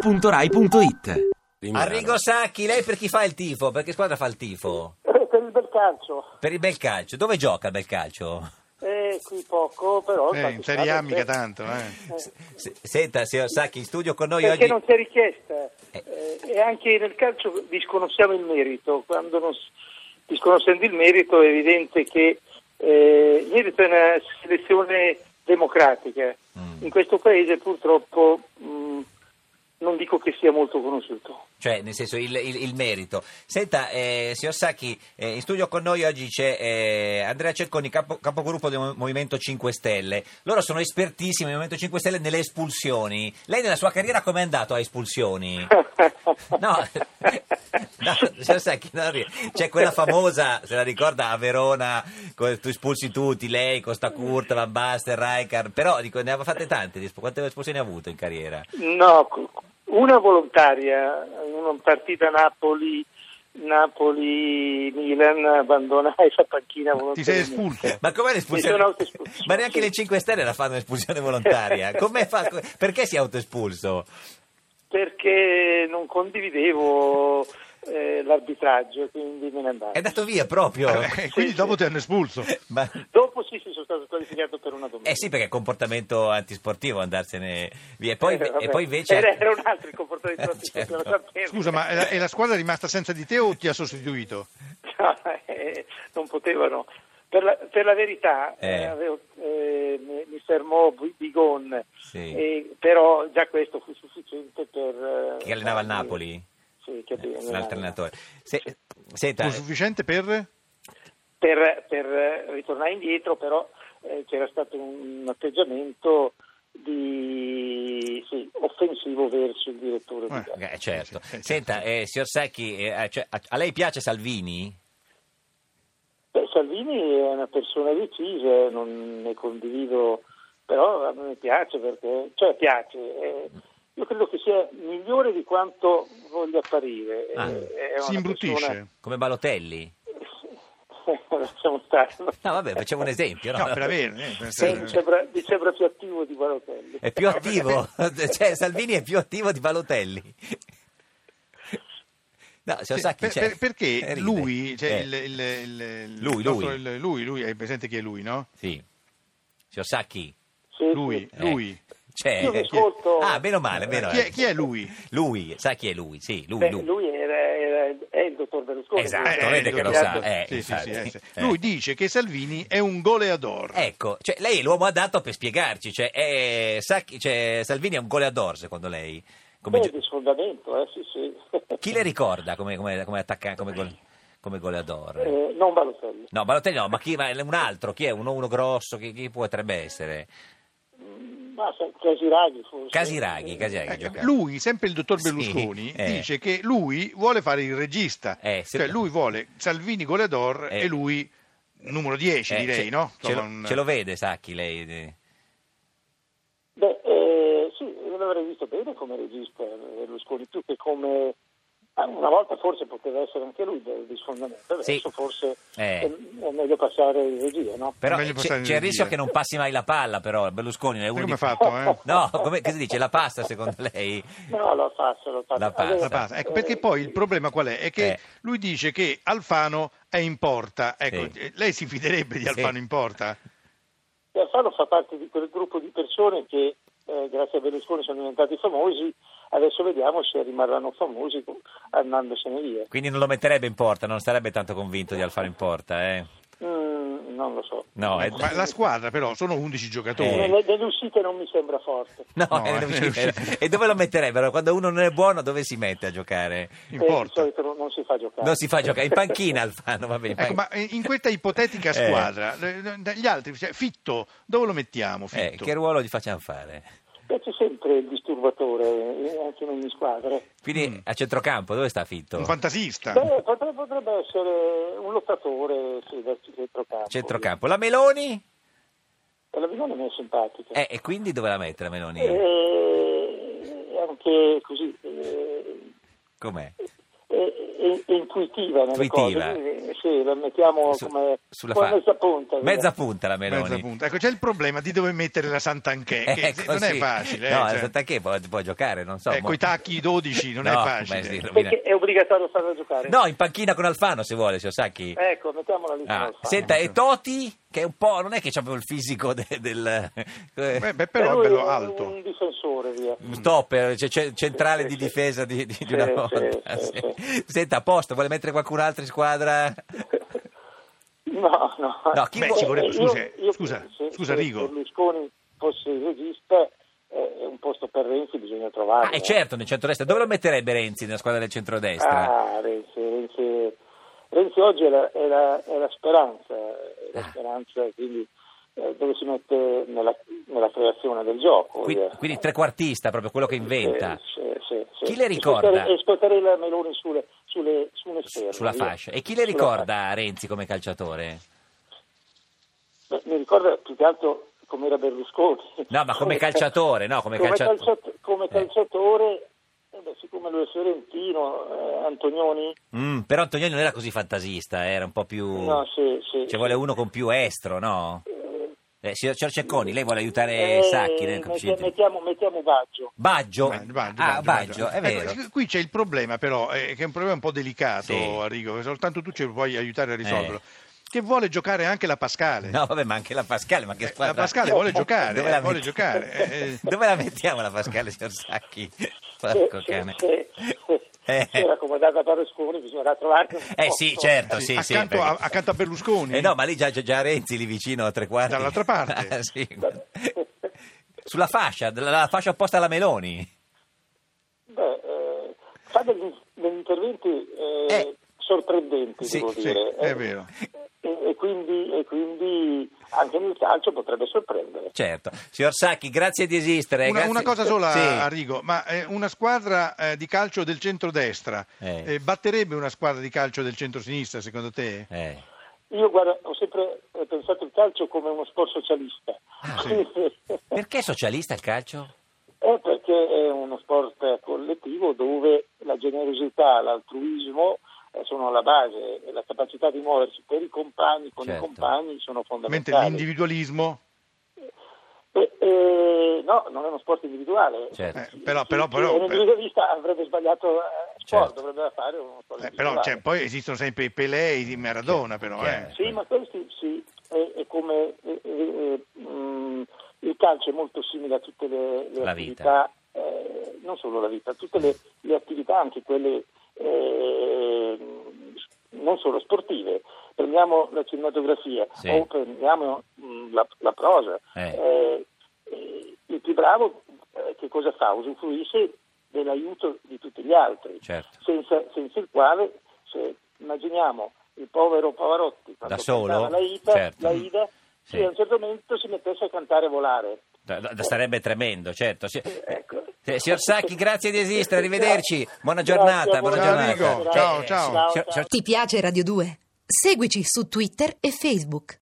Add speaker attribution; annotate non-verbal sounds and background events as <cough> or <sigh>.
Speaker 1: radio2pod.rai.it
Speaker 2: di Milano.
Speaker 3: Arrigo Sacchi, lei per chi fa il tifo? Per che squadra fa il tifo?
Speaker 4: Eh, Per il bel calcio,
Speaker 3: Per il bel calcio. Dove gioca il bel calcio?
Speaker 4: eh, qui poco, però.
Speaker 5: Eh,
Speaker 4: tanto
Speaker 5: in
Speaker 4: si
Speaker 5: Serie A
Speaker 4: vale,
Speaker 5: mica
Speaker 4: eh,
Speaker 5: tanto, eh.
Speaker 3: S- senta, signor Sacchi, in studio con noi
Speaker 4: Perché
Speaker 3: oggi...
Speaker 4: non c'è richiesta.
Speaker 3: Eh.
Speaker 4: Eh, e anche nel calcio disconosciamo il merito. Quando non s- disconoscendo il merito è evidente che eh, il merito è una selezione democratica.
Speaker 3: Mm.
Speaker 4: In questo paese purtroppo mh, non dico che sia molto conosciuto.
Speaker 3: Cioè, nel senso, il, il- il merito. Senta, eh, signor Sacchi, eh, in studio con noi oggi c'è eh, Andrea Cerconi, capo- capogruppo del Mo- Movimento 5 Stelle. Loro sono espertissimi del Movimento 5 Stelle nelle espulsioni. Lei nella sua carriera com'è andato a espulsioni? <laughs> No, <laughs> eh, no, signor Sacchi, no, ri- c'è quella famosa, se la ricorda, a Verona, con- tu espulsi tutti, lei, Costa Curta, Van Basten, Rijkaard, però dico, ne aveva fatte tante, di espu- quante espulsioni ha avuto in carriera?
Speaker 4: No, co- una volontaria, in una partita Napoli, Napoli Milan abbandonai la panchina
Speaker 5: Ti sei
Speaker 4: volontariamente.
Speaker 5: espulso.
Speaker 3: Ma com'è l'espulsione?
Speaker 4: Mi sono autoespulso.
Speaker 3: Ma neanche
Speaker 4: Sì.
Speaker 3: le 5 Stelle la fanno espulsione
Speaker 4: <laughs>
Speaker 3: volontaria. Com'è fa- co- Perché si è autoespulso?
Speaker 4: Perché non condividevo eh, l'arbitraggio, quindi me ne andavo.
Speaker 3: È andato via proprio.
Speaker 5: Vabbè, e Eh, quindi dopo ti hanno espulso.
Speaker 3: Ma-
Speaker 4: Dopo sì, sì, sono stato qualificato per una domanda.
Speaker 3: Eh sì, perché è comportamento antisportivo andarsene via. E poi,
Speaker 4: Eh, vabbè.
Speaker 3: e poi invece...
Speaker 4: Era, era un altro il comportamento
Speaker 3: Eh,
Speaker 4: artistico,
Speaker 3: <laughs> certo.
Speaker 4: lo sapevo.
Speaker 5: Scusa, ma è la, è la squadra rimasta senza di te o ti ha sostituito?
Speaker 4: <laughs> No, eh, non potevano. Per la, per la verità
Speaker 3: Eh.
Speaker 4: eh, avevo- eh, mi, mi fermò Bu- Bigon,
Speaker 3: Sì.
Speaker 4: eh, però già questo fu sufficiente per... eh,
Speaker 3: Che allenava il
Speaker 4: farmi-
Speaker 3: Napoli?
Speaker 4: Sì, che
Speaker 3: Eh,
Speaker 4: allenava-
Speaker 3: L'altro allenatore. Se- Senta,
Speaker 5: Fu sufficiente per...
Speaker 4: Per, per, eh, ritornare indietro però eh, c'era stato un atteggiamento di, sì, offensivo verso il direttore.
Speaker 5: Eh.
Speaker 4: Bigon.
Speaker 3: eh, certo.
Speaker 5: <laughs> Sì, sì, sì,
Speaker 3: Senta, eh, signor Sacchi, eh, a- cioè, a- a lei piace Salvini?
Speaker 4: Beh, Salvini è una persona decisa, eh, non ne condivido, però a me piace perché, cioè piace, eh, io credo che sia migliore di quanto voglia apparire. eh,
Speaker 3: Ah,
Speaker 4: è una
Speaker 5: Si imbruttisce?
Speaker 3: Come Balotelli?
Speaker 4: persona- Lasciamo stare.
Speaker 3: No, vabbè, facevo un esempio. No,
Speaker 5: No, per avere. eh, per-
Speaker 3: Sì, cioè,
Speaker 4: Mi sembra, mi sembra più attivo di Balotelli.
Speaker 3: È
Speaker 5: <laughs>
Speaker 3: più attivo, <laughs> cioè Salvini è più attivo
Speaker 5: <laughs>
Speaker 3: di Balotelli. No,
Speaker 5: Sì,
Speaker 3: signor Sacchi,
Speaker 5: per-
Speaker 3: cioè,
Speaker 5: per- perché
Speaker 3: eh, ride.
Speaker 5: lui, cioè,
Speaker 3: Eh,
Speaker 5: il, il- il- il-
Speaker 3: Lui,
Speaker 5: il nostro-
Speaker 3: lui.
Speaker 5: il- lui, lui, hai presente chi è lui, no?
Speaker 3: Sì. Signor Sacchi,
Speaker 4: Sì,
Speaker 5: Lui,
Speaker 4: sì.
Speaker 3: Eh.
Speaker 5: lui.
Speaker 3: cioè...
Speaker 4: Io vi ascolto.
Speaker 3: Ah, meno male, meno Eh,
Speaker 5: Chi è, chi è lui?
Speaker 3: Lui, sa chi è lui, sì, lui,
Speaker 4: Beh,
Speaker 3: lui.
Speaker 4: lui era, era- è il dottor Berlusconi.
Speaker 3: Esatto,
Speaker 4: quindi-
Speaker 3: Eh, vede che lo sa, eh,
Speaker 5: certo. Sì, sì, sì,
Speaker 3: infatti.
Speaker 5: eh, sì. Lui
Speaker 3: Eh.
Speaker 5: dice che Salvini è un goleador.
Speaker 3: Ecco, cioè, lei è l'uomo adatto per spiegarci, cioè, è- Sacchi- cioè, Salvini è un goleador secondo lei? Come
Speaker 4: Beh,
Speaker 3: gio-
Speaker 4: di sfondamento, eh, sì, sì.
Speaker 3: Chi le ricorda come, come, come attacca- come, gol- come goleador?
Speaker 4: Eh, non Balotelli.
Speaker 3: No, Balotelli no, ma, chi, ma un altro, chi è? Uno, uno grosso, chi, chi potrebbe essere?
Speaker 4: Ma sa- Casiraghi forse.
Speaker 3: Casiraghi, Casiraghi
Speaker 5: Eh,
Speaker 3: che giocava.
Speaker 5: lui, sempre il dottor
Speaker 3: Sì,
Speaker 5: Berlusconi,
Speaker 3: eh.
Speaker 5: dice che lui vuole fare il regista,
Speaker 3: Eh, se-
Speaker 5: cioè lui vuole Salvini goleador
Speaker 3: Eh.
Speaker 5: e lui numero 10
Speaker 3: Eh,
Speaker 5: direi,
Speaker 3: ce,
Speaker 5: no?
Speaker 3: Ce lo,
Speaker 5: Insomma, un-
Speaker 3: ce lo vede Sacchi lei? eh?
Speaker 4: Beh, eh, sì, io l'avrei visto bene come regista Berlusconi, più che come... ah, Una volta forse poteva essere anche lui del- di sfondamento, adesso
Speaker 3: Sì.
Speaker 4: forse
Speaker 3: Eh.
Speaker 4: è, è meglio passare in regia, no?
Speaker 3: Però
Speaker 5: Meglio
Speaker 3: c'è,
Speaker 5: passare
Speaker 3: c'è il
Speaker 5: in
Speaker 3: rischio
Speaker 5: regia.
Speaker 3: che non passi mai la palla però, Berlusconi è
Speaker 5: Sai come
Speaker 3: unico.
Speaker 5: ha fatto, eh?
Speaker 3: No, come, che si dice? La pasta secondo lei?
Speaker 4: No, lo passa, lo passa.
Speaker 3: La passa.
Speaker 4: Allora, eh,
Speaker 5: La passa. Ecco, perché poi il problema qual è? È che
Speaker 3: Eh.
Speaker 5: lui dice che Alfano è in porta. Ecco,
Speaker 3: Sì.
Speaker 5: lei si fiderebbe di Alfano in porta?
Speaker 4: eh, Alfano fa parte di quel gruppo di persone che eh, grazie a Berlusconi sono diventati famosi, adesso vediamo se rimarranno famosi andandosene via.
Speaker 3: Quindi non lo metterebbe in porta, non sarebbe tanto convinto di Alfaro in porta, eh?
Speaker 4: Mm, non lo so.
Speaker 3: No, è...
Speaker 5: Ecco, ma la squadra però sono 11 giocatori.
Speaker 3: Eh.
Speaker 4: Nelle, nelle uscite non mi sembra forte.
Speaker 3: No,
Speaker 5: No,
Speaker 3: è
Speaker 5: eh,
Speaker 3: riuscito. e dove lo metterebbero? Quando uno non è buono, dove si mette a giocare?
Speaker 5: In
Speaker 4: Eh, di
Speaker 5: porta.
Speaker 4: solito non- non si fa giocare.
Speaker 3: Non si fa giocare in
Speaker 4: <laughs>
Speaker 3: panchina. Alfano, va bene. in
Speaker 5: Ecco,
Speaker 3: pan-
Speaker 5: ma eh, in questa
Speaker 3: Eh.
Speaker 5: ipotetica squadra, eh, gli altri, cioè, Fitto, dove lo mettiamo?
Speaker 3: Eh,
Speaker 5: Fitto?
Speaker 3: che ruolo gli facciamo fare?
Speaker 4: Beh, Eh, C'è sempre il disturbatore, eh, anche in ogni squadra.
Speaker 3: Quindi
Speaker 5: Mm.
Speaker 3: a centrocampo, dove sta Fitto?
Speaker 5: Un
Speaker 3: Ah.
Speaker 5: fantasista.
Speaker 4: Beh, potrebbe, potrebbe essere un lottatore sì, verso il centrocampo.
Speaker 3: Centrocampo. La Meloni?
Speaker 4: E la Vigone mi è simpatica.
Speaker 3: Eh, e quindi dove la mette la Meloni? Eh,
Speaker 4: E anche Eh, così. eh,
Speaker 3: Com'è?
Speaker 4: eh, e, e intuitiva nelle
Speaker 3: Intuitiva.
Speaker 4: cose, quindi, eh, sì, la mettiamo
Speaker 3: Su-
Speaker 4: come,
Speaker 3: sulla
Speaker 4: come
Speaker 3: fa-
Speaker 4: mezza punta. via.
Speaker 3: Mezza punta la Meloni.
Speaker 5: Mezza punta. Ecco, c'è il problema di dove mettere la Sant'Anchè, che
Speaker 3: Eh,
Speaker 5: se-
Speaker 3: così.
Speaker 5: non è facile. eh,
Speaker 3: No,
Speaker 5: cioè.
Speaker 3: è stata che può, può giocare, non so.
Speaker 5: Eh,
Speaker 3: mo-
Speaker 5: coi tacchi 12 non è
Speaker 3: No,
Speaker 5: facile.
Speaker 3: beh, sì, lo-
Speaker 4: Perché è obbligatorio farla giocare.
Speaker 3: No, in panchina con Alfano se vuole, signor Sacchi.
Speaker 4: Ecco, mettiamola lì.
Speaker 3: Ah,
Speaker 4: come fa.
Speaker 3: senta, e Toti, che è un po', non è che c'ha proprio il fisico de- del...
Speaker 5: Beh, beh,
Speaker 4: Per
Speaker 5: Eh, però è
Speaker 4: lui
Speaker 5: bello
Speaker 4: un-
Speaker 5: alto.
Speaker 4: Un difensore, via.
Speaker 3: Un topper, cioè, ce- centrale
Speaker 4: Sì,
Speaker 3: di
Speaker 4: sì,
Speaker 3: difesa di, di- di
Speaker 4: Sì,
Speaker 3: una
Speaker 4: sì,
Speaker 3: volta. Ah,
Speaker 4: sì, Ah,
Speaker 3: sì. Senta, a posto, vuole mettere qualcun'altra in squadra?
Speaker 4: <laughs> No, no.
Speaker 3: No, chi Beh,
Speaker 5: ci vorrebbe-
Speaker 4: Eh,
Speaker 5: scusa, scusa,
Speaker 4: se-
Speaker 5: scusa,
Speaker 4: se
Speaker 5: Rigo.
Speaker 4: Berlusconi fosse il regista, eh, è un posto per Renzi bisogna trovarlo.
Speaker 3: Ah, e certo, nel centrodestra. Dove lo metterebbe Renzi nella squadra del centrodestra?
Speaker 4: Ah, Renzi, Renzi, Renzi oggi è la, è la- è la speranza, è
Speaker 3: Ah.
Speaker 4: la speranza quindi, eh, dove si mette nella, nella creazione del gioco.
Speaker 3: Qui-
Speaker 4: via.
Speaker 3: quindi trequartista, proprio quello che inventa.
Speaker 4: Sì, sì, sì, sì.
Speaker 3: Chi le
Speaker 4: E
Speaker 3: ricorda?
Speaker 4: spostare- E spostare la Meloni sulle, sulle, su un esterno,
Speaker 3: Sulla
Speaker 4: via.
Speaker 3: fascia. E chi le
Speaker 4: Sulla
Speaker 3: ricorda Renzi come calciatore?
Speaker 4: Beh, mi ricorda più che altro com'era Berlusconi.
Speaker 3: No,
Speaker 4: <laughs>
Speaker 3: ma come calciatore, no, come
Speaker 4: Come,
Speaker 3: calcia-
Speaker 4: calciat- come
Speaker 3: Eh.
Speaker 4: calciatore, eh beh, siccome lui è fiorentino, eh, Antonioni,
Speaker 3: Mm, però Antonioni non era così fantasista, eh, era un po' più...
Speaker 4: no, sì, sì.
Speaker 3: Ci vuole uno con più estro, no? Eh, signor signor Cecconi, lei vuole aiutare
Speaker 4: Eh,
Speaker 3: Sacchi nel
Speaker 4: mette-
Speaker 3: coefficiente?
Speaker 4: mettiamo, mettiamo Baggio.
Speaker 3: Baggio?
Speaker 5: Baggio, Baggio,
Speaker 3: Ah,
Speaker 5: Baggio,
Speaker 3: Baggio, è
Speaker 5: Baggio.
Speaker 3: vero.
Speaker 5: Ecco, qui c'è il problema però, eh, che è un problema un po' delicato,
Speaker 3: Sì. Eh.
Speaker 5: Arrigo, che soltanto tu ci puoi aiutare a risolverlo. Che vuole giocare anche la Pascale.
Speaker 3: No, vabbè, ma anche la Pascale, ma che
Speaker 5: Eh,
Speaker 3: squadra...
Speaker 5: la Pascale
Speaker 3: <laughs>
Speaker 5: vuole giocare,
Speaker 3: Dove
Speaker 5: eh,
Speaker 3: la
Speaker 5: vuole
Speaker 3: metti-
Speaker 5: giocare. eh, eh.
Speaker 3: Dove la mettiamo la Pascale, signor Sacchi?
Speaker 4: Se,
Speaker 3: Porco cane.
Speaker 4: se- se-
Speaker 3: Ecco, Eh.
Speaker 4: se era comandata Berlusconi bisognerà trovare un
Speaker 3: Eh sì,
Speaker 4: posto.
Speaker 3: certo, sì, sì.
Speaker 5: accanto,
Speaker 3: perché-
Speaker 5: a, accanto a Berlusconi.
Speaker 3: Eh no, ma lì già c'è già Renzi lì vicino a tre quarti.
Speaker 5: Dall'altra parte.
Speaker 3: <laughs> Ah, sì. Sulla fascia, della- la fascia opposta alla Meloni.
Speaker 4: Beh, eh, fa degli, degli interventi eh,
Speaker 3: Eh.
Speaker 4: sorprendenti,
Speaker 3: Sì,
Speaker 4: devo
Speaker 5: Sì,
Speaker 4: dire.
Speaker 5: è
Speaker 4: Eh,
Speaker 5: vero.
Speaker 4: E, e quindi, e quindi anche nel calcio potrebbe sorprendere.
Speaker 3: Certo. Signor Sacchi, grazie di esistere.
Speaker 5: Una,
Speaker 3: grazie-
Speaker 5: una cosa sola,
Speaker 3: Sì.
Speaker 5: Arrigo, ma eh, una squadra eh, di calcio del centrodestra
Speaker 3: Eh.
Speaker 5: eh, batterebbe una squadra di calcio del centrosinistra, secondo te?
Speaker 3: Eh.
Speaker 4: Io guarda, ho sempre eh, pensato il calcio come uno sport socialista.
Speaker 3: Ah,
Speaker 5: sì.
Speaker 4: <laughs>
Speaker 3: Perché è socialista il calcio?
Speaker 4: Eh, perché è uno sport collettivo dove la generosità, l'altruismo eh, sono la base, e la capacità di muoversi per i compagni, con
Speaker 3: Certo.
Speaker 4: i compagni sono
Speaker 5: Mentre
Speaker 4: fondamentali.
Speaker 5: l'individualismo,
Speaker 4: Eh, eh, no, non è uno sport individuale.
Speaker 3: Certo.
Speaker 5: Eh, però- però-
Speaker 4: Chi- chi
Speaker 5: però-
Speaker 4: era individualista avrebbe sbagliato eh, sport,
Speaker 3: Certo.
Speaker 4: dovrebbe fare uno sport
Speaker 5: eh, però
Speaker 4: individuale.
Speaker 5: cioè, poi esistono sempre i Pelé, i Maradona, però.
Speaker 3: chiaro.
Speaker 5: eh.
Speaker 4: Sì, ma questi sì, è, è come eh, eh, eh, mh, il calcio è molto simile a tutte le, le
Speaker 3: La
Speaker 4: attività, eh, non solo la vita, tutte le, le attività, anche quelle eh, non solo sportive. Prendiamo la cinematografia
Speaker 3: Sì.
Speaker 4: o prendiamo mh, la, la prosa.
Speaker 3: Eh.
Speaker 4: Eh, eh, il più bravo eh, che cosa fa? Usufruisce dell'aiuto di tutti gli altri
Speaker 3: Certo.
Speaker 4: senza, senza il quale, se immaginiamo il povero Pavarotti quando
Speaker 3: Da solo?
Speaker 4: cantava la Ida,
Speaker 3: Certo.
Speaker 4: la Ida
Speaker 3: Sì.
Speaker 4: se a un certo momento si mettesse a cantare e volare.
Speaker 3: Da- da- sarebbe tremendo, certo. Si-
Speaker 4: Eh, Ecco.
Speaker 3: eh, signor Sacchi, grazie di
Speaker 4: <laughs>
Speaker 3: esistere, arrivederci. Buona
Speaker 4: Grazie,
Speaker 3: giornata, buona
Speaker 4: buona
Speaker 3: giornata.
Speaker 5: giornata. Ciao, Enrico. Ciao,
Speaker 3: eh,
Speaker 5: ciao.
Speaker 3: signor- signor
Speaker 1: Ti piace Radio 2? Seguici su Twitter e Facebook.